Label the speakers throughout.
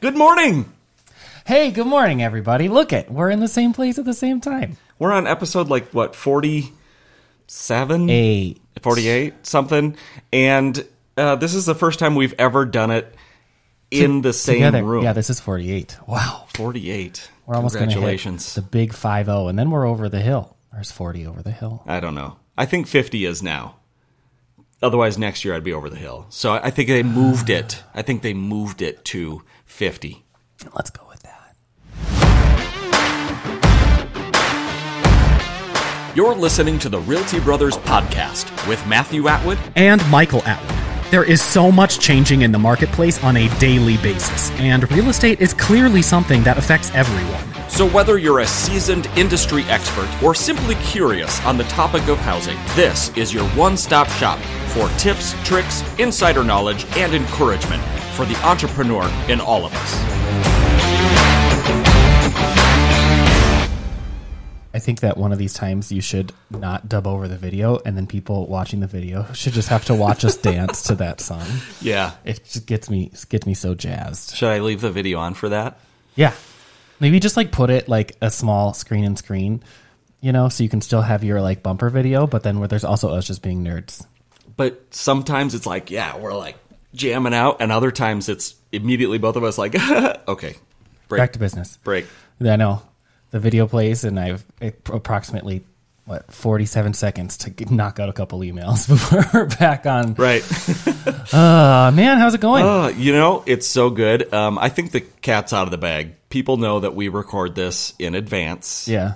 Speaker 1: Good morning.
Speaker 2: Hey, good morning, everybody. Look it, we're in the same place at the same time.
Speaker 1: We're on episode like what 47,
Speaker 2: Eight.
Speaker 1: 48, something. And uh, this is the first time we've ever done it in the same
Speaker 2: Together.
Speaker 1: room.
Speaker 2: Yeah, this is 48. Wow.
Speaker 1: 48.
Speaker 2: We're almost going to hit
Speaker 1: Congratulations.
Speaker 2: the big 5 0, and then we're over the hill. There's 40 over the hill.
Speaker 1: I don't know. I think 50 is now. Otherwise, next year I'd be over the hill. So I I think they moved it. I think they moved it to 50.
Speaker 2: Let's go with that.
Speaker 3: You're listening to the Realty Brothers Podcast with Matthew Atwood.
Speaker 4: and Michael Atwood. There is so much changing in the marketplace on a daily basis, and real estate is clearly something that affects everyone.
Speaker 3: So, whether you're a seasoned industry expert or simply curious on the topic of housing, this is your one stop shop for tips, tricks, insider knowledge, and encouragement for the entrepreneur in all of us.
Speaker 2: I think that one of these times you should not dub over the video, and then people watching the video should just have to watch us dance to that song.
Speaker 1: Yeah.
Speaker 2: It just gets me gets me so jazzed.
Speaker 1: Should I leave the video on for that?
Speaker 2: Yeah. Maybe just like put it like a small screen and screen, you know, so you can still have your like bumper video, but then where there's also us just being nerds.
Speaker 1: But sometimes it's like, yeah, we're like jamming out. And other times it's immediately both of us like, okay, break.
Speaker 2: Back to business.
Speaker 1: break.
Speaker 2: I know. The video plays, and I've approximately what 47 seconds to g- knock out a couple emails before we're back on.
Speaker 1: Right.
Speaker 2: Uh, man, how's it going?
Speaker 1: Uh, you know, it's so good. Um, I think the cat's out of the bag. People know that we record this in advance.
Speaker 2: yeah.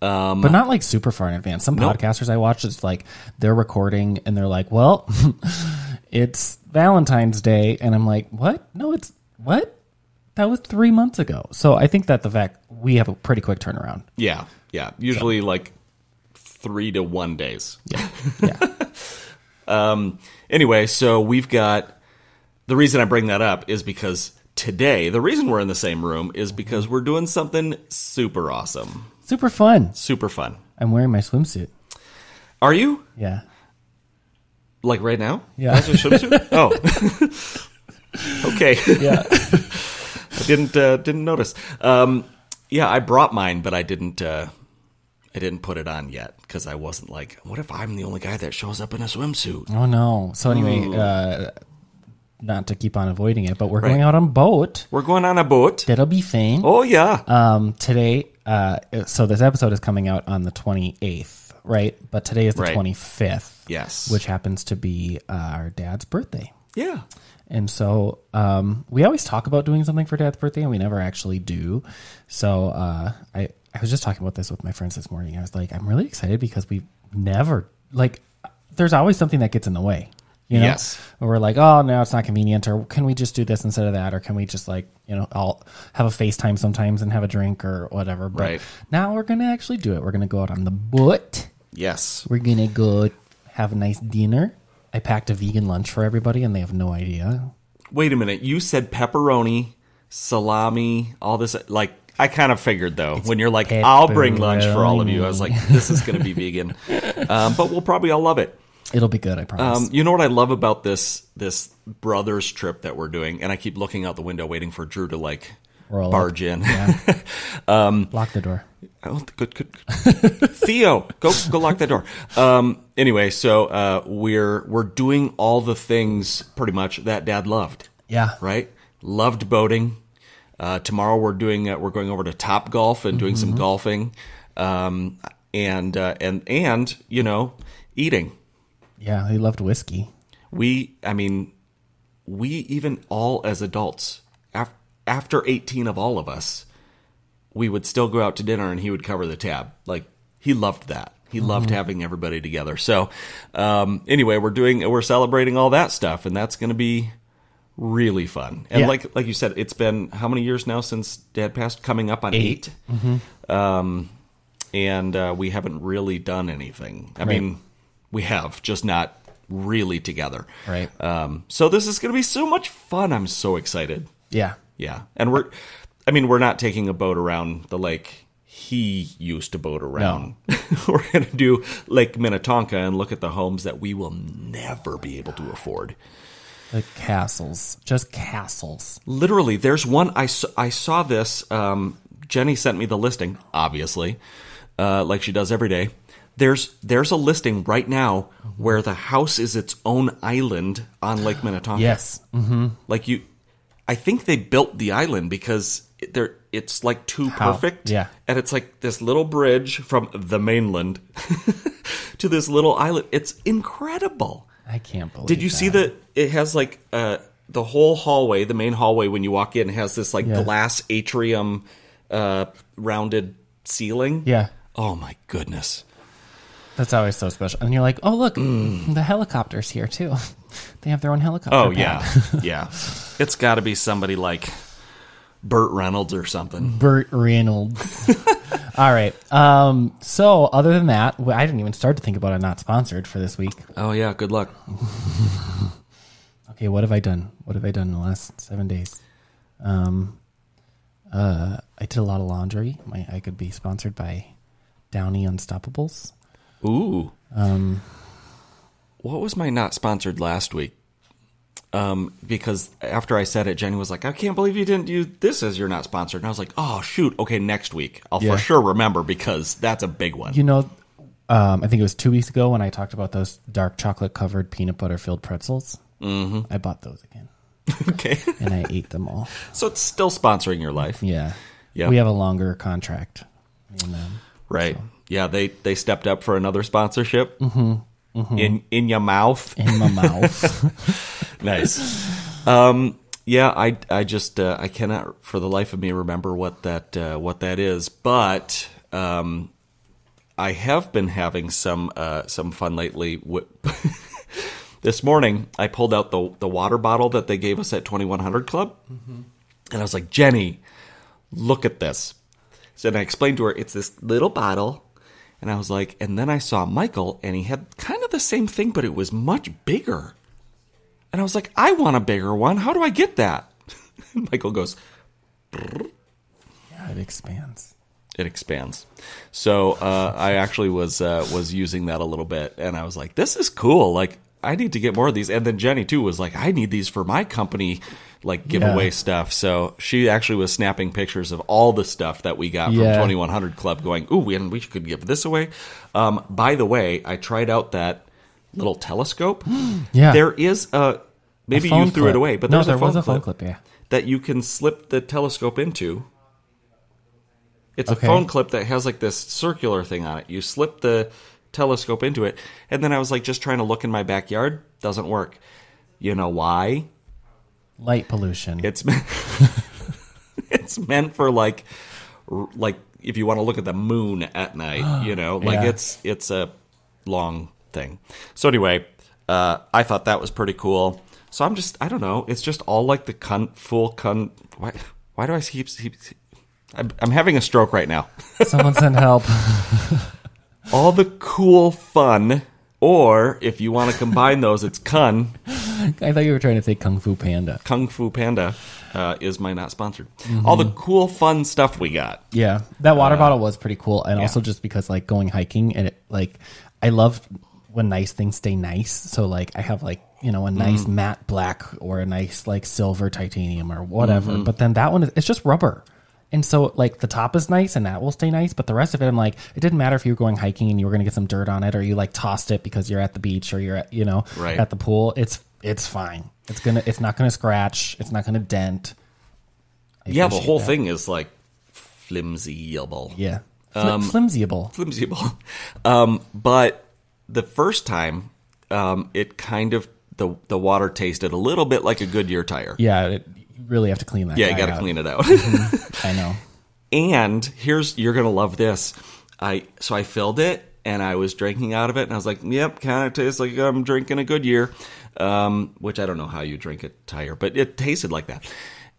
Speaker 2: but not like super far in advance. Some podcasters I watch, it's like they're recording and they're like, "Well, it's Valentine's Day," and I'm like, "What? No, it's what? That was three months ago." So I think that the fact we have a pretty quick turnaround.
Speaker 1: Yeah. yeah. Usually like three to one days.
Speaker 2: Yeah,
Speaker 1: Anyway, so we've got the reason I bring that up is because today, the reason we're in the same room
Speaker 2: Mm-hmm.
Speaker 1: is because we're doing something super awesome,
Speaker 2: super fun.
Speaker 1: super fun.
Speaker 2: I'm wearing my swimsuit.
Speaker 1: Are you?
Speaker 2: Yeah.
Speaker 1: Like right now?
Speaker 2: Yeah.
Speaker 1: That's your swimsuit? oh. okay.
Speaker 2: Yeah.
Speaker 1: I didn't uh, didn't notice. Um, yeah, I brought mine, but I didn't uh, I didn't put it on yet because I wasn't like, what if I'm the only guy that shows up in a swimsuit?
Speaker 2: Oh no. So anyway, uh, not to keep on avoiding it, but we're going out on boat.
Speaker 1: We're going on a boat.
Speaker 2: That'll be fine.
Speaker 1: Oh yeah,
Speaker 2: Um, today, uh, so this episode is coming out on the 28th, right? But today is the
Speaker 1: Right.
Speaker 2: 25th.
Speaker 1: Yes.
Speaker 2: Which happens to be uh, our dad's birthday.
Speaker 1: yeah.
Speaker 2: And so um, we always talk about doing something for dad's birthday, and we never actually do. So uh, I, I was just talking about this with my friends this morning. I was like, I'm really excited because we've never, like, there's always something that gets in the way. You know?
Speaker 1: Yes.
Speaker 2: Or we're like, oh, no, it's not convenient. Or can we just do this instead of that? Or can we just, like, you know, I'll have a FaceTime sometimes and have a drink or whatever. But
Speaker 1: Right.
Speaker 2: now we're going to actually do it. We're going to go out on the boat.
Speaker 1: Yes.
Speaker 2: We're gonna go have a nice dinner. I packed a vegan lunch for everybody, and they have no idea.
Speaker 1: Wait a minute. You said pepperoni, salami, all this. Like I kind of figured though when you're like, I'll bring lunch for all of you. I was like, this is going to be vegan, um, but we'll probably all love it.
Speaker 2: It'll be good, I promise.
Speaker 1: Um, you know what I love about this this brothers trip that we're doing, and I keep looking out the window waiting for Drew to like
Speaker 2: Roll up.
Speaker 1: barge in.
Speaker 2: Lock the door.
Speaker 1: Oh, good, good. good. Theo, go go lock that door. Um, anyway, so uh, we're we're doing all the things pretty much that Dad loved.
Speaker 2: Yeah.
Speaker 1: right? Loved boating. Uh, tomorrow we're doing uh, we're going over to Top Golf and doing some golfing, um, and uh, and and you know eating.
Speaker 2: Yeah, they loved whiskey.
Speaker 1: We I mean we even all as adults af- after eighteen of all of us, we would still go out to dinner and he would cover the tab. Like he loved that. He loved having everybody together. So um, anyway, we're doing we're celebrating all that stuff, and that's going to be really fun. And
Speaker 2: Yeah.
Speaker 1: like like you said, it's been how many years now since Dad passed? Coming up on 8 Um, and uh, we haven't really done anything. I mean, we have just not really together.
Speaker 2: Right.
Speaker 1: Um, so this is going to be so much fun. I'm so excited.
Speaker 2: Yeah.
Speaker 1: Yeah, and we're, I mean, we're not taking a boat around the lake. He used to boat around. we're gonna do Lake Minnetonka and look at the homes that we will never be able to afford.
Speaker 2: The castles, just castles.
Speaker 1: Literally, there's one. I, s- I saw this. Um, Jenny sent me the listing, obviously, uh, like she does every day. There's there's a listing right now where the house is its own island on Lake Minnetonka.
Speaker 2: Yes. Mm.
Speaker 1: Like you, I think they built the island because it- they're it's like too perfect.
Speaker 2: Yeah.
Speaker 1: and it's like this little bridge from the mainland to this little island. It's incredible.
Speaker 2: I can't believe.
Speaker 1: Did you
Speaker 2: that.
Speaker 1: see that? It has like uh, the whole hallway, the main hallway when you walk in has this like
Speaker 2: Yeah.
Speaker 1: glass atrium uh, rounded ceiling.
Speaker 2: Yeah,
Speaker 1: Oh my goodness.
Speaker 2: that's always so special. And you're like, oh look, the helicopters here too. they have their own helicopter.
Speaker 1: Mm. Oh
Speaker 2: pad.
Speaker 1: yeah, yeah. It's got to be somebody like Burt Reynolds or something.
Speaker 2: Burt Reynolds. All right. Um, so other than that, wh- I didn't even start to think about it. Not sponsored for this week.
Speaker 1: Oh yeah. Good luck.
Speaker 2: Okay, what have I done? What have I done in the last seven days? Um, uh, I did a lot of laundry. My, I could be sponsored by Downy Unstoppables.
Speaker 1: Ooh. Um. What was my not sponsored last week? Um, because after I said it, Jenny was like, "I can't believe you didn't do this as you're not sponsored," and I was like, "Oh shoot, okay, next week I'll
Speaker 2: Yeah.
Speaker 1: for sure remember because that's a big one."
Speaker 2: You know, um, I think it was two weeks ago when I talked about those dark chocolate covered peanut butter filled pretzels. Mm-hmm. I bought those again,
Speaker 1: okay,
Speaker 2: and I ate them all.
Speaker 1: so it's still sponsoring your life,
Speaker 2: Yeah,
Speaker 1: Yeah.
Speaker 2: We have a longer contract. And, um,
Speaker 1: right? Yeah, they they stepped up for another sponsorship in in your mouth.
Speaker 2: in my mouth.
Speaker 1: nice. Um, yeah, I I just uh, I cannot for the life of me remember what that uh, what that is, but um, I have been having some uh, some fun lately. wi- this morning, I pulled out the the water bottle that they gave us at Twenty One Hundred Club, and I was like, Jenny, look at this. So then I explained to her it's this little bottle. And I was like, and then I saw Michael, and he had kind of the same thing, but it was much bigger. And I was like, I want a bigger one. How do I get that? Michael goes,
Speaker 2: yeah, it expands.
Speaker 1: it expands. So uh, I actually was uh, was using that a little bit, and I was like, this is cool. Like I need to get more of these. And then Jenny too was like, I need these for my company, like giveaway stuff. So she actually was snapping pictures of all the stuff that we got
Speaker 2: Yeah.
Speaker 1: from Twenty One Hundred Club, going, ooh, we we could give this away. Um, by the way, I tried out that little telescope.
Speaker 2: Yeah.
Speaker 1: there is a. Maybe
Speaker 2: A phone
Speaker 1: you threw
Speaker 2: clip.
Speaker 1: it away, but
Speaker 2: no,
Speaker 1: there's
Speaker 2: there
Speaker 1: a phone
Speaker 2: was a phone
Speaker 1: clip.
Speaker 2: clip. Yeah.
Speaker 1: that you can slip the telescope into. It's
Speaker 2: Okay.
Speaker 1: a phone clip that has like this circular thing on it. You slip the telescope into it, and then I was like just trying to look in my backyard. Doesn't work. You know why?
Speaker 2: Light pollution.
Speaker 1: It's me- it's meant for like r- like if you want to look at the moon at night, you know, like
Speaker 2: Yeah.
Speaker 1: it's it's a long thing. So anyway, uh, I thought that was pretty cool. So I'm just I don't know. It's just all like the cunt full cunt. Why why do I keep? keep I'm, I'm having a stroke right now
Speaker 2: Someone send help.
Speaker 1: all the cool fun or if you want to combine those it's kun
Speaker 2: I thought you were trying to say Kung Fu Panda.
Speaker 1: kung fu panda uh, is my not sponsored all the cool fun stuff we got
Speaker 2: Yeah, that
Speaker 1: Uh,
Speaker 2: water bottle was pretty cool, and also just because like going hiking and it like I love when nice things stay nice. So like I have like you know a nice
Speaker 1: Mm.
Speaker 2: matte black or a nice like silver titanium or whatever,
Speaker 1: Mm-hmm.
Speaker 2: but then that one is it's just rubber. And so, like the top is nice, and that will stay nice. But the rest of it, I'm like, it didn't matter if you were going hiking and you were going to get some dirt on it, or you like tossed it because you're at the beach or you're at, you know,
Speaker 1: Right.
Speaker 2: at the pool. It's it's fine. It's gonna. It's not gonna scratch. It's not gonna dent. I
Speaker 1: yeah the
Speaker 2: appreciate
Speaker 1: whole
Speaker 2: that.
Speaker 1: thing is like flimsyable
Speaker 2: Yeah. Flim-
Speaker 1: Um,
Speaker 2: flimsyable.
Speaker 1: flimsyable um, but the first time um, it kind of the, the water tasted a little bit like a goodyear tire
Speaker 2: Yeah, it, you really have to clean that.
Speaker 1: yeah you
Speaker 2: guy
Speaker 1: gotta
Speaker 2: out.
Speaker 1: clean it out
Speaker 2: I know.
Speaker 1: And here's you're gonna love this. I so I filled it and I was drinking out of it and I was like, yep, kind of tastes like I'm drinking a Goodyear, um, which I don't know how you drink a tire, but it tasted like that.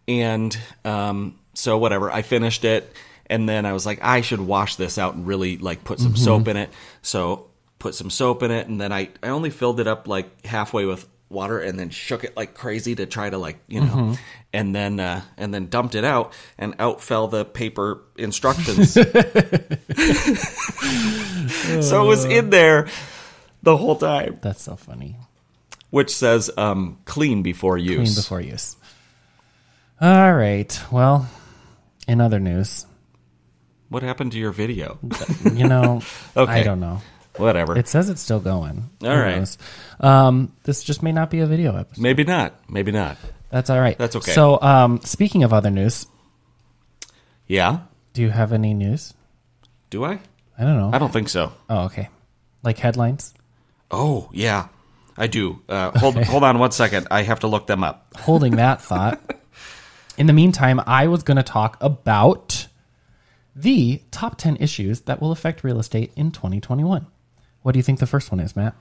Speaker 1: And um, so whatever, I finished it and then I was like, I should wash this out and really like put some soap in it. So put some soap in it and then I I only filled it up like halfway with water and then shook it like crazy to try to like you know and then uh and then dumped it out and out fell the paper instructions so it was in there the whole time
Speaker 2: That's so funny.
Speaker 1: which says um, clean before use.
Speaker 2: Clean before use. All right. Well, in other news,
Speaker 1: What happened to your video?
Speaker 2: you know,
Speaker 1: Okay.
Speaker 2: I don't know.
Speaker 1: Whatever.
Speaker 2: It says it's still going. Who
Speaker 1: All right.
Speaker 2: knows? Um, this just may not be a video episode.
Speaker 1: Maybe not. Maybe not.
Speaker 2: That's all right.
Speaker 1: That's okay.
Speaker 2: So, um, speaking of other news,
Speaker 1: Yeah.
Speaker 2: do you have any news?
Speaker 1: Do I?
Speaker 2: I don't know.
Speaker 1: I don't think so.
Speaker 2: oh, okay. Like headlines.
Speaker 1: Oh yeah, I do. Uh, hold hold on one second. I have to look them up.
Speaker 2: Holding that thought. In the meantime, I was going to talk about the top 10 issues that will affect real estate in 2021. What do you think the first one is, Matt?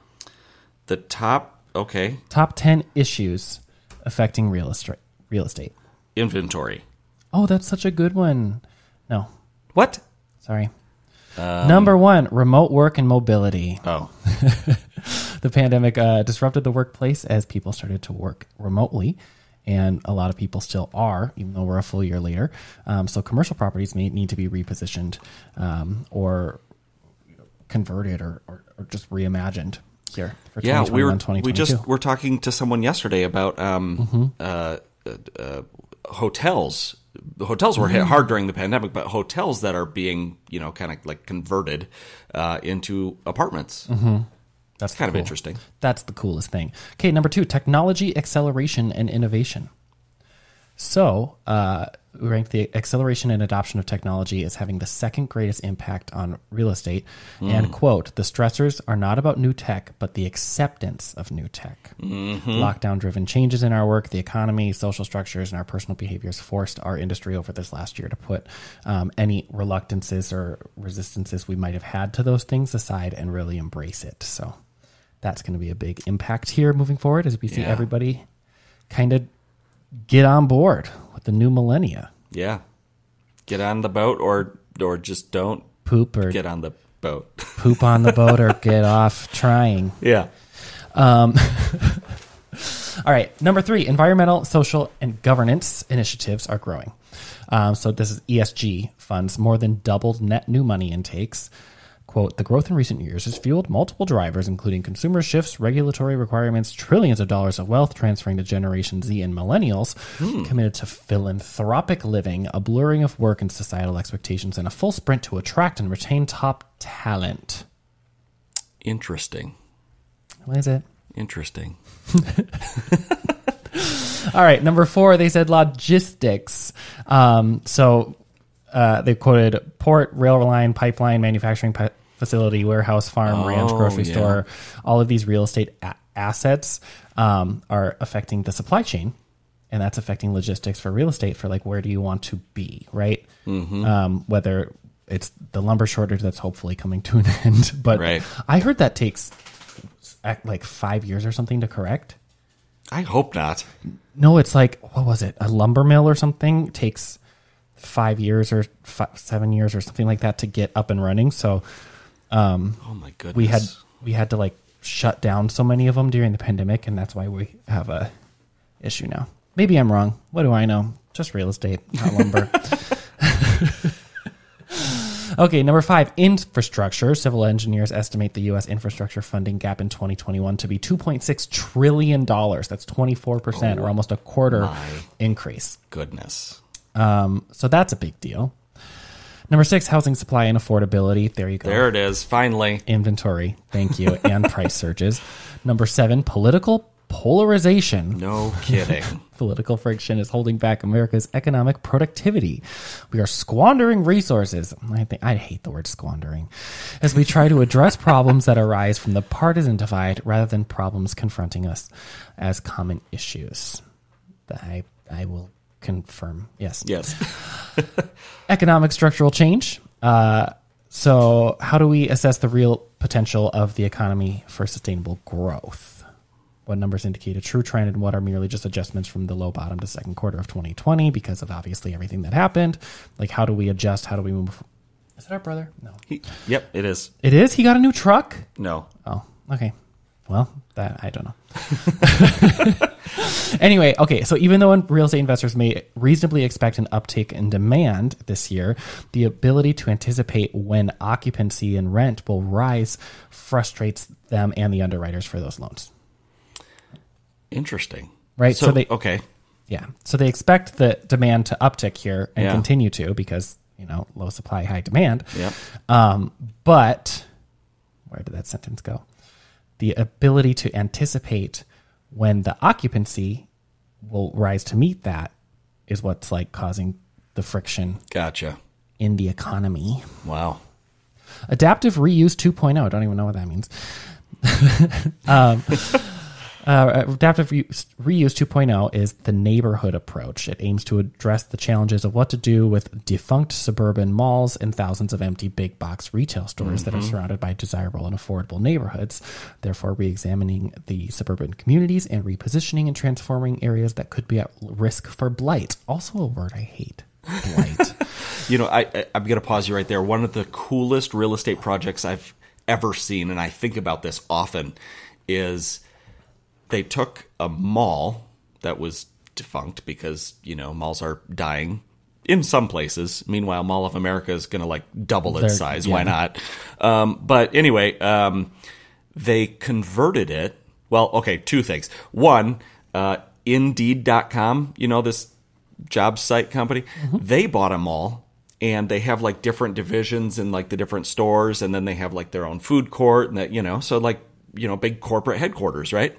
Speaker 1: The top. Okay.
Speaker 2: Top 10 issues affecting real estate. Real estate.
Speaker 1: Inventory.
Speaker 2: Oh, that's such a good one. No,
Speaker 1: What?
Speaker 2: sorry. Number one, remote work and mobility.
Speaker 1: Oh.
Speaker 2: the pandemic uh, disrupted the workplace as people started to work remotely. And a lot of people still are, even though we're a full year later. Um, so commercial properties may need to be repositioned um, or converted or, or, or just reimagined here for
Speaker 1: Yeah.
Speaker 2: 2021,
Speaker 1: We were. We
Speaker 2: 2022.
Speaker 1: just were talking to someone yesterday about um, uh, uh, uh, hotels. The hotels were hit hard during the pandemic, but hotels that are being you know kind of like converted uh, into apartments.
Speaker 2: That's
Speaker 1: Kind of
Speaker 2: Mm-hmm. cool.
Speaker 1: interesting.
Speaker 2: That's the coolest thing. Okay, number two, technology acceleration and innovation. So, uh, we rank the acceleration and adoption of technology as having the second greatest impact on real estate. And quote, the stressors are not about new tech, but the acceptance of new tech. Lockdown driven changes in our work, the economy, social structures, and our personal behaviors forced our industry over this last year to put um, any reluctances or resistances we might have had to those things aside and really embrace it. So, that's going to be a big impact here moving forward as we see
Speaker 1: Yeah.
Speaker 2: everybody kind of get on board with the new millennia.
Speaker 1: Yeah. Get on the boat, or or just don't
Speaker 2: Poop or
Speaker 1: get on the boat.
Speaker 2: poop on the boat or get off trying.
Speaker 1: yeah.
Speaker 2: All right. Number three, environmental, social, and governance initiatives are growing. Um, so this is ESG funds more than doubled net new money intakes. Quote, the growth in recent years has fueled multiple drivers, including consumer shifts, regulatory requirements, trillions of dollars of wealth transferring to Generation Z and millennials, committed to philanthropic living, a blurring of work and societal expectations, and a full sprint to attract and retain top talent.
Speaker 1: Interesting.
Speaker 2: What is it?
Speaker 1: Interesting.
Speaker 2: All right, number four, they said logistics. Um, so uh, they quoted port, rail line, pipeline, manufacturing pi- facility, warehouse, farm, ranch, grocery
Speaker 1: Oh, yeah.
Speaker 2: store. All of these real estate a- assets um, are affecting the supply chain, and that's affecting logistics for real estate. For like, where do you want to be, right?
Speaker 1: Mm-hmm.
Speaker 2: Um, whether it's the lumber shortage that's hopefully coming to an end, but
Speaker 1: Right.
Speaker 2: I heard that takes uh, like five years or something to correct.
Speaker 1: I hope not.
Speaker 2: No, it's like what was it? A lumber mill or something takes five years or fi seven years or something like that to get up and running. So
Speaker 1: Oh my goodness.
Speaker 2: we had we had to like shut down so many of them during the pandemic, and that's why we have a issue now. Maybe I'm wrong. What do I know? Just real estate, not lumber. okay, number five, infrastructure. Civil engineers estimate the U.S. infrastructure funding gap in 2021 to be 2.6 trillion dollars. That's 24 percent, or almost a quarter increase.
Speaker 1: goodness.
Speaker 2: Um, so that's a big deal. Number six, housing supply and affordability. There you go
Speaker 1: There it is. Finally.
Speaker 2: inventory, thank you, and price surges. Number seven, political polarization.
Speaker 1: No kidding.
Speaker 2: Political friction is holding back America's economic productivity. We are squandering resources. I think I hate the word squandering. As we try to address problems that arise from the partisan divide rather than problems confronting us as common issues. I I will confirm. Yes
Speaker 1: yes.
Speaker 2: economic structural change. Uh, so, how do we assess the real potential of the economy for sustainable growth? What numbers indicate a true trend, and what are merely just adjustments from the low bottom to second quarter of 2020 because of obviously everything that happened? Like, how do we adjust? How do we move? Is that our brother? No,
Speaker 1: He- yep, it is.
Speaker 2: it is. He got a new truck.
Speaker 1: No.
Speaker 2: Oh, okay. Well, that I don't know. anyway, okay. So even though real estate investors may reasonably expect an uptick in demand this year, the ability to anticipate when occupancy and rent will rise frustrates them and the underwriters for those loans.
Speaker 1: Interesting.
Speaker 2: Right,
Speaker 1: So,
Speaker 2: so they-
Speaker 1: okay.
Speaker 2: Yeah. So they expect the demand to uptick here and
Speaker 1: Yeah.
Speaker 2: continue to because, you know, low supply, high demand.
Speaker 1: Yep.
Speaker 2: Um, but where did that sentence go? The ability to anticipate when the occupancy will rise to meet that is what's like causing the friction
Speaker 1: Gotcha.
Speaker 2: in the economy.
Speaker 1: Wow.
Speaker 2: Adaptive reuse 2.0. I don't even know what that means. um, uh, adaptive reuse, reuse 2.0 is the neighborhood approach. It aims to address the challenges of what to do with defunct suburban malls and thousands of empty big box retail stores that are surrounded by desirable and affordable neighborhoods, therefore, re examining the suburban communities and repositioning and transforming areas that could be at risk for blight. Also, a word I hate blight.
Speaker 1: You know, I, I I'm gonna pause you right there. One of the coolest real estate projects I've ever seen, and I think about this often, is they took a mall that was defunct because you know malls are dying in some places. Meanwhile, Mall of America is gonna like double its
Speaker 2: They're-
Speaker 1: size.
Speaker 2: yeah.
Speaker 1: Why not? Um, but anyway, um, they converted it. Well, okay, two things. One, uh, Indeed.com, you know, this job site company, they bought them all and they have like different divisions in like the different stores and then they have like their own food court and that, you know, so like, you know, big corporate headquarters, right?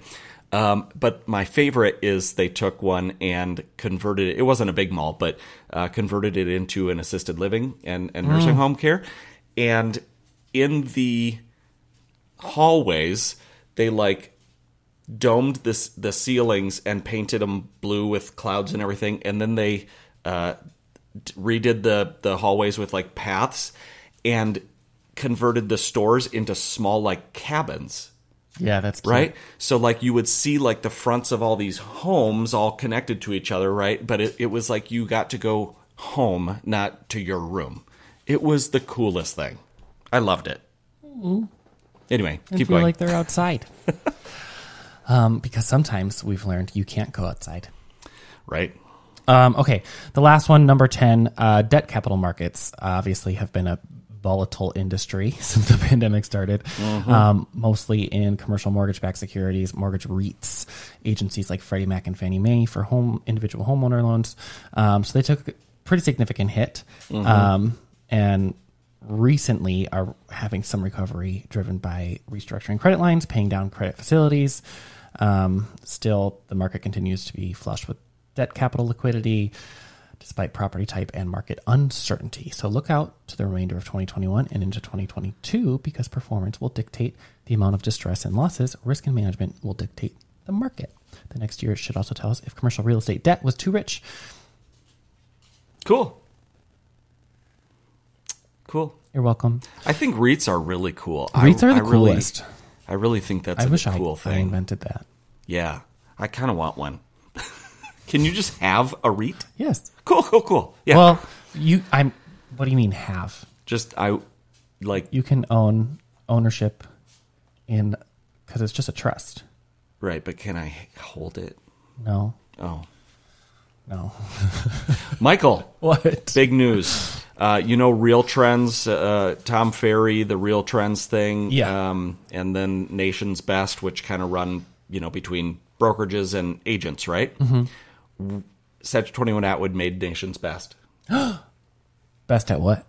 Speaker 1: Um, but my favorite is they took one and converted it. It wasn't a big mall, but uh, converted it into an assisted living and, and nursing home care. And in the hallways, they like domed this the ceilings and painted them blue with clouds and everything, and then they uh, d- redid the the hallways with like paths and converted the stores into small like cabins
Speaker 2: yeah, that's cute.
Speaker 1: right so like you would see like the fronts of all these homes all connected to each other right but it, it was like you got to go home not to your room it was the coolest thing i loved it anyway
Speaker 2: Mm-hmm. and
Speaker 1: keep
Speaker 2: feel
Speaker 1: going
Speaker 2: like they're outside. um, because sometimes we've learned you can't go outside.
Speaker 1: right
Speaker 2: Um, okay, the last one, number 10, uh, debt capital markets obviously have been a volatile industry since the pandemic started,
Speaker 1: Mm-hmm.
Speaker 2: um, mostly in commercial mortgage backed securities, mortgage REITs, agencies like Freddie Mac and Fannie Mae for home individual homeowner loans. Um, so they took a pretty significant hit.
Speaker 1: Mm-hmm.
Speaker 2: Um, and recently are having some recovery driven by restructuring credit lines, paying down credit facilities. Um, still, the market continues to be flush with debt capital liquidity despite property type and market uncertainty. So look out to the remainder of 2021 and into 2022 because performance will dictate the amount of distress and losses. Risk and management will dictate the market. The next year should also tell us if commercial real estate debt was too rich.
Speaker 1: cool cool
Speaker 2: You're welcome.
Speaker 1: i think reits are really cool
Speaker 2: REITs
Speaker 1: I,
Speaker 2: are the
Speaker 1: I really-
Speaker 2: coolest.
Speaker 1: i really think that's
Speaker 2: I
Speaker 1: a
Speaker 2: wish I,
Speaker 1: cool
Speaker 2: I
Speaker 1: thing
Speaker 2: invented that.
Speaker 1: yeah i kind of want one can you just have a reit
Speaker 2: Yes.
Speaker 1: cool cool cool yeah
Speaker 2: Well, you I'm what do you mean have?
Speaker 1: just i like
Speaker 2: You can own ownership in cuz it's just a trust.
Speaker 1: Right, but can I hold it?
Speaker 2: No.
Speaker 1: Oh.
Speaker 2: No.
Speaker 1: Michael,
Speaker 2: What?
Speaker 1: big news. Uh, you know, Real Trends, uh, Tom Ferry, the Real Trends thing,
Speaker 2: Yeah.
Speaker 1: um, and then Nation's Best, which kind of run, you know, between brokerages and agents, right? Mm-hmm. Sedge 21 Atwood made Nation's Best.
Speaker 2: Best at what?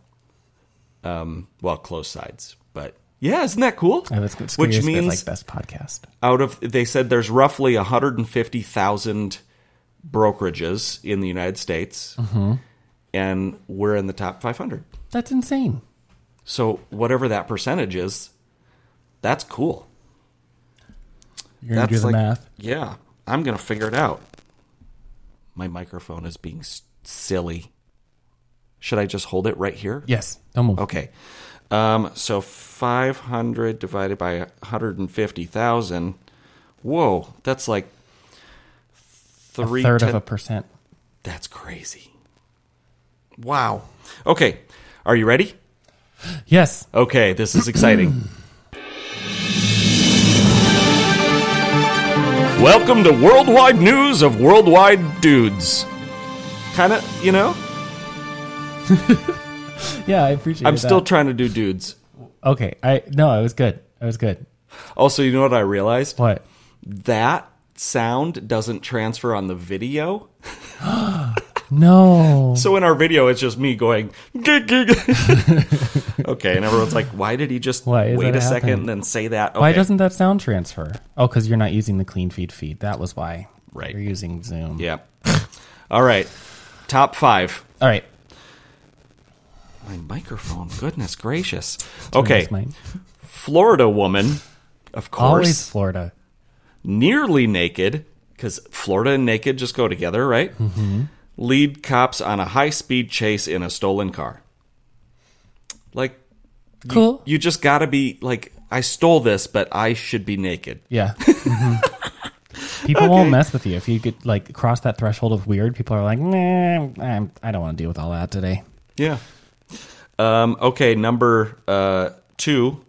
Speaker 1: Well, close sides, but yeah, isn't that cool?
Speaker 2: I was curious
Speaker 1: Which
Speaker 2: if it's
Speaker 1: means
Speaker 2: like best podcast.
Speaker 1: out of they said there's roughly 150,000 brokerages in the United States,
Speaker 2: Mm-hmm.
Speaker 1: and we're in the top 500.
Speaker 2: That's insane.
Speaker 1: So whatever that percentage is, that's cool.
Speaker 2: You're gonna
Speaker 1: That's
Speaker 2: do the
Speaker 1: like-
Speaker 2: math.
Speaker 1: Yeah, I'm gonna figure it out. My microphone is being s- silly. Should I just hold it right here?
Speaker 2: Yes. Don't move.
Speaker 1: Okay. Um, so 500 divided by 150,000. Whoa, that's like three
Speaker 2: Third
Speaker 1: ten-
Speaker 2: of a percent.
Speaker 1: That's crazy. Wow. Okay. Are you ready?
Speaker 2: Yes.
Speaker 1: Okay, this is exciting. Welcome to worldwide news of worldwide dudes. Kind of, you know,
Speaker 2: Yeah, I appreciate.
Speaker 1: I'm still trying to do dudes.
Speaker 2: okay. I no, it was good. It was good.
Speaker 1: Also, you know what I realized?
Speaker 2: What?
Speaker 1: That sound doesn't transfer on the video.
Speaker 2: No.
Speaker 1: So in our video, it's just me going, "Gig, gig." okay, and everyone's like, why did he just
Speaker 2: Why
Speaker 1: wait
Speaker 2: is
Speaker 1: a
Speaker 2: that
Speaker 1: second
Speaker 2: happening?
Speaker 1: and then say that? Okay.
Speaker 2: Why doesn't that sound transfer? Oh, because you're not using the clean feed feed. That was why.
Speaker 1: Right.
Speaker 2: You're using Zoom.
Speaker 1: Yeah. All right. Top five.
Speaker 2: All right.
Speaker 1: My microphone. Goodness gracious. Okay.
Speaker 2: That's mine.
Speaker 1: Florida woman, of course,
Speaker 2: Always Florida.
Speaker 1: nearly naked because Florida and naked just go together, right? Mm-hmm. Lead cops on a high speed chase in a stolen car. Like
Speaker 2: Cool.
Speaker 1: you just got to be like, I stole this, but I should be naked.
Speaker 2: Yeah. Mhm. People won't mess with you if you get like cross that threshold of weird. People are like, nah, I'm, I don't want to deal with all that today.
Speaker 1: Yeah. Um, okay, number uh, two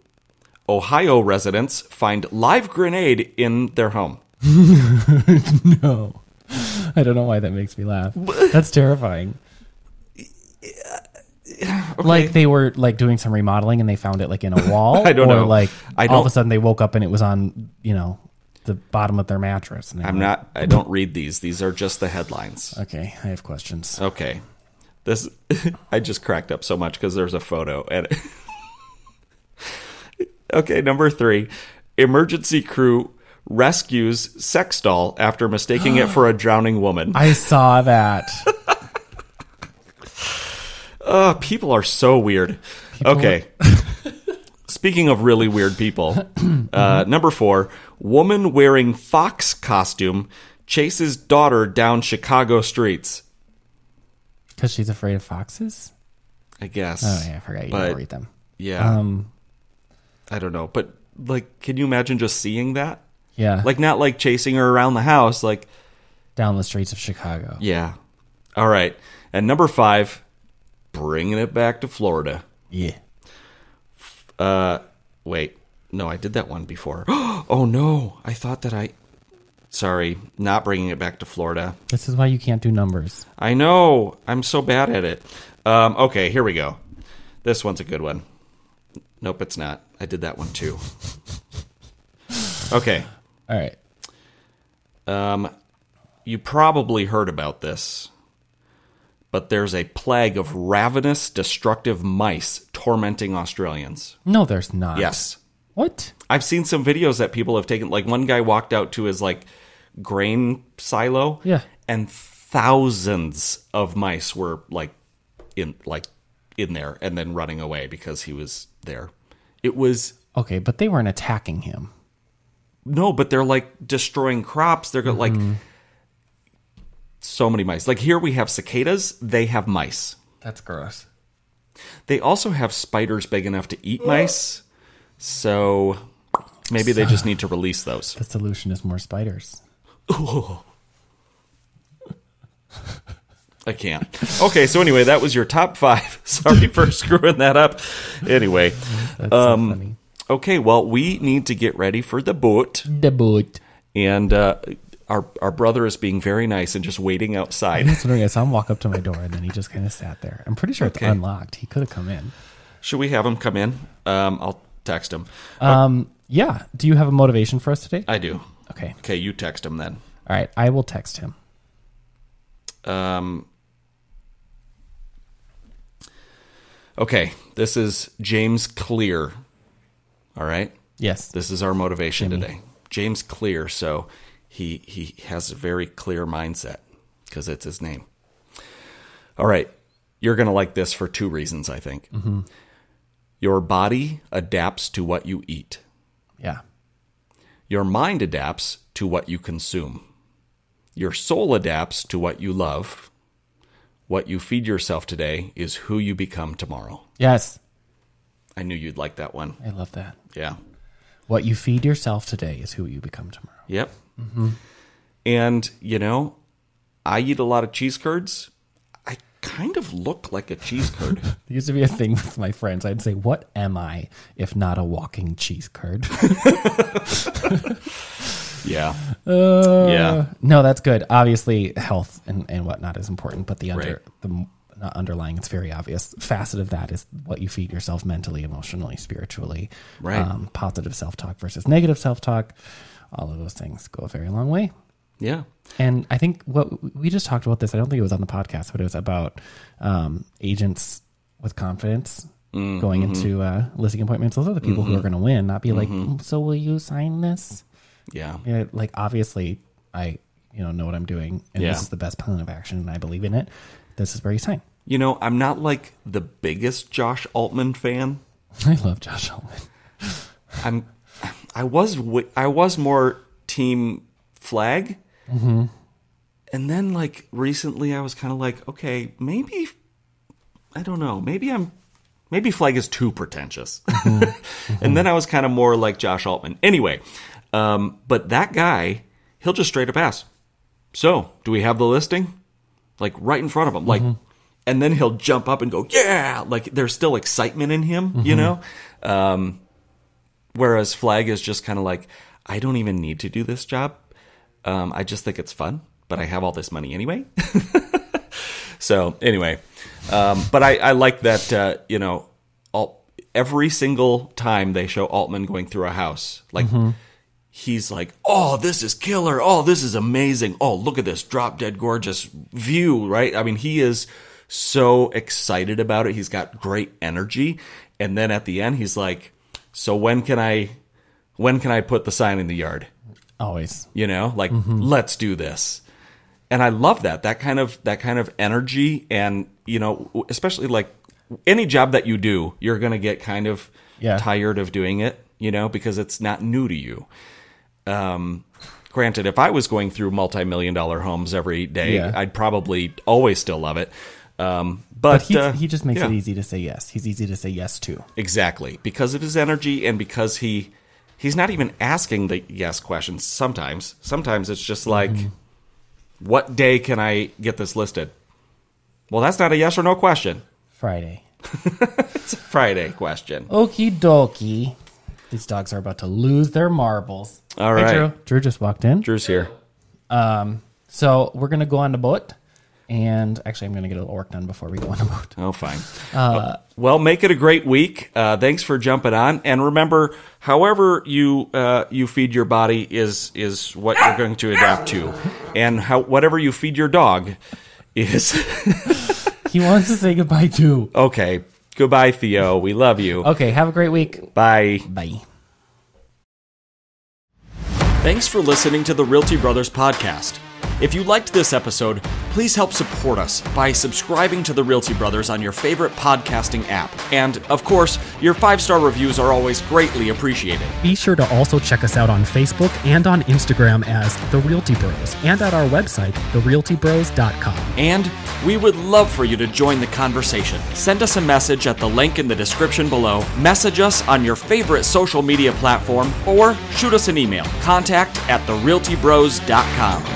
Speaker 1: Ohio residents find live grenade in their home.
Speaker 2: No, I don't know why that makes me laugh. That's terrifying. Like they were like doing some remodeling and they found it like in a wall.
Speaker 1: I don't
Speaker 2: or
Speaker 1: know.
Speaker 2: Like
Speaker 1: I
Speaker 2: all of a
Speaker 1: don't-
Speaker 2: sudden they woke up and it was on you know the bottom of their mattress. And they
Speaker 1: I'm
Speaker 2: were
Speaker 1: not, I don't read these. These are just the headlines.
Speaker 2: like, okay. I have questions.
Speaker 1: Okay. This, I just cracked up so much because there's a photo. And okay, number three emergency crew rescues sex doll after mistaking it for a drowning woman.
Speaker 2: I saw that.
Speaker 1: Uh, people are so weird. okay. Speaking of really weird people, uh, number four woman wearing fox costume chases daughter down Chicago streets.
Speaker 2: Because she's afraid of foxes.
Speaker 1: I guess.
Speaker 2: Oh yeah, I forgot Oh, you
Speaker 1: But,
Speaker 2: don't read them. Um,
Speaker 1: Yeah. I don't know. But, like, can you imagine just seeing that?
Speaker 2: Yeah, like
Speaker 1: Like, not like chasing her around the house. Like,
Speaker 2: down the streets of Chicago.
Speaker 1: yeah. All right. And number five, bringing it back to Florida.
Speaker 2: Yeah.
Speaker 1: Uh, wait. No, I did that one before. oh no, I thought that I. Sorry, not bringing it back to Florida.
Speaker 2: This is why you can't do numbers.
Speaker 1: I know I'm so bad at it. Um, okay, here we go. This one's a good one. Nope, it's not. I did that one too. Okay.
Speaker 2: All right.
Speaker 1: Um, you probably heard about this, but there's a plague of ravenous, destructive mice tormenting Australians.
Speaker 2: No, there's not.
Speaker 1: Yes.
Speaker 2: What?
Speaker 1: I've seen some videos that people have taken. Like one guy walked out to his like grain silo,
Speaker 2: Yeah.
Speaker 1: and thousands of mice were like in like in there, and then running away because he was there. It was
Speaker 2: Okay, but they weren't attacking him.
Speaker 1: no, but they're like destroying crops. They're go- like so many mice. Like here we have cicadas. They have mice.
Speaker 2: That's gross.
Speaker 1: They also have spiders big enough to eat mice. So maybe they just need to release those.
Speaker 2: The solution is more spiders.
Speaker 1: I can't. Okay, so anyway, that was your top five. Sorry for screwing that up. Anyway,
Speaker 2: That's so funny.
Speaker 1: okay, well, we need to get ready for the boot,
Speaker 2: The boot.
Speaker 1: and uh, our our brother is being very nice and just waiting outside.
Speaker 2: That's wondering. I saw him walk up to my door, and then he just kind of sat there. I'm pretty sure it's
Speaker 1: Okay.
Speaker 2: unlocked. He could have come in.
Speaker 1: Should we have him come in? Um, I'll text him.
Speaker 2: Um. Yeah. Do you have a motivation for us today?
Speaker 1: I do.
Speaker 2: okay.
Speaker 1: Okay, you text him then.
Speaker 2: All right. I will text him.
Speaker 1: Um, okay, this is James Clear. All right.
Speaker 2: Yes.
Speaker 1: This is our motivation today. James Clear, so he he has a very clear mindset because it's his name. All right, you're gonna like this for two reasons, I think. Your body adapts to what you eat.
Speaker 2: yeah.
Speaker 1: Your mind adapts to what you consume. Your soul adapts to what you love. What you feed yourself today is who you become tomorrow.
Speaker 2: Yes.
Speaker 1: I knew you'd like that one.
Speaker 2: I love that.
Speaker 1: Yeah.
Speaker 2: What you feed yourself today is who you become tomorrow.
Speaker 1: Yep. And, you know, I eat a lot of cheese curds. I kind of look like a cheese curd.
Speaker 2: It used to be a thing with my friends. I'd say, "What am I if not a walking cheese curd?"
Speaker 1: yeah.
Speaker 2: Uh,
Speaker 1: Yeah.
Speaker 2: No, that's good. Obviously, health and, and whatnot is important, but the under
Speaker 1: Right.
Speaker 2: the not underlying, it's very obvious facet of that is what you feed yourself mentally, emotionally, spiritually. Um,
Speaker 1: Right.
Speaker 2: positive self talk versus negative self talk. All of those things go a very long way.
Speaker 1: Yeah.
Speaker 2: And I think what we just talked about this, I don't think it was on the podcast, but it was about um, agents with confidence
Speaker 1: Mm,
Speaker 2: going
Speaker 1: mm-hmm.
Speaker 2: into uh, listing appointments. Those are the people who are going to win, not be like,
Speaker 1: Mm-hmm.
Speaker 2: "Mm, so will you sign this?
Speaker 1: Yeah.
Speaker 2: Yeah, like obviously I, you know, know what I'm doing and
Speaker 1: Yeah.
Speaker 2: this is the best plan of action and I believe in it. This is where you sign.
Speaker 1: You know, I'm not like the biggest Josh Altman fan.
Speaker 2: I love Josh Altman.
Speaker 1: I'm I was wi- I was more team flag. And then like recently I was kind of like, okay, maybe I don't know. Maybe I'm maybe flag is too pretentious. and then I was kind of more like Josh Altman. Anyway, um but that guy, he'll just straight up ask, "So, do we have the listing?" Like right in front of him. Like and then he'll jump up and go, "Yeah!" Like there's still excitement in him, you know? Um Whereas Flag is just kind of like, I don't even need to do this job. Um, I just think it's fun, but I have all this money anyway. so anyway, um, but I, I like that uh, you know, all, every single time they show Altman going through a house, like he's like, "Oh, this is killer! Oh, this is amazing! Oh, look at this drop dead gorgeous view!" Right? I mean, he is so excited about it. He's got great energy, and then at the end, he's like, "So when can I, when can I put the sign in the yard?"
Speaker 2: Always.
Speaker 1: You know, like
Speaker 2: Mm-hmm.
Speaker 1: let's do this. And I love that that kind of that kind of energy, and you know, especially like any job that you do, you're gonna get kind of
Speaker 2: Yeah.
Speaker 1: tired of doing it, you know, because it's not new to you Um, granted if i was going through multi-million dollar homes every day
Speaker 2: Yeah.
Speaker 1: i'd probably always still love it um, but,
Speaker 2: But he,
Speaker 1: uh,
Speaker 2: he just makes
Speaker 1: yeah,
Speaker 2: it easy to say yes. He's easy to say yes to.
Speaker 1: exactly because of his energy and because he he's not even asking the yes questions sometimes sometimes it's just like what day can i get this listed well that's not a yes or no question
Speaker 2: Friday.
Speaker 1: it's a friday question
Speaker 2: Okie dokie. These dogs are about to lose their marbles.
Speaker 1: All
Speaker 2: Hey,
Speaker 1: right.
Speaker 2: Drew. Drew just walked in.
Speaker 1: drew's here
Speaker 2: So we're going to go on the boat. And actually, I'm going to get a little work done before we go on the boat.
Speaker 1: Oh, fine. well, make it a great week. Uh, thanks for jumping on, and remember, however you uh, you feed your body is is what you're going to adapt to, and how whatever you feed your dog is
Speaker 2: He wants to say goodbye too.
Speaker 1: okay. Goodbye, Theo. We love you.
Speaker 2: Okay, have a great week.
Speaker 1: Bye.
Speaker 2: Bye.
Speaker 3: Thanks for listening to the Realty Brothers podcast. If you liked this episode, please help support us by subscribing to the Realty Brothers on your favorite podcasting app. And, of course, your five star reviews are always greatly appreciated.
Speaker 4: Be sure to also check us out on Facebook and on Instagram as The Realty Bros and at our website, therealtybros.com.
Speaker 3: And we would love for you to join the conversation. Send us a message at the link in the description below, message us on your favorite social media platform, or shoot us an email contact at therealtybros.com.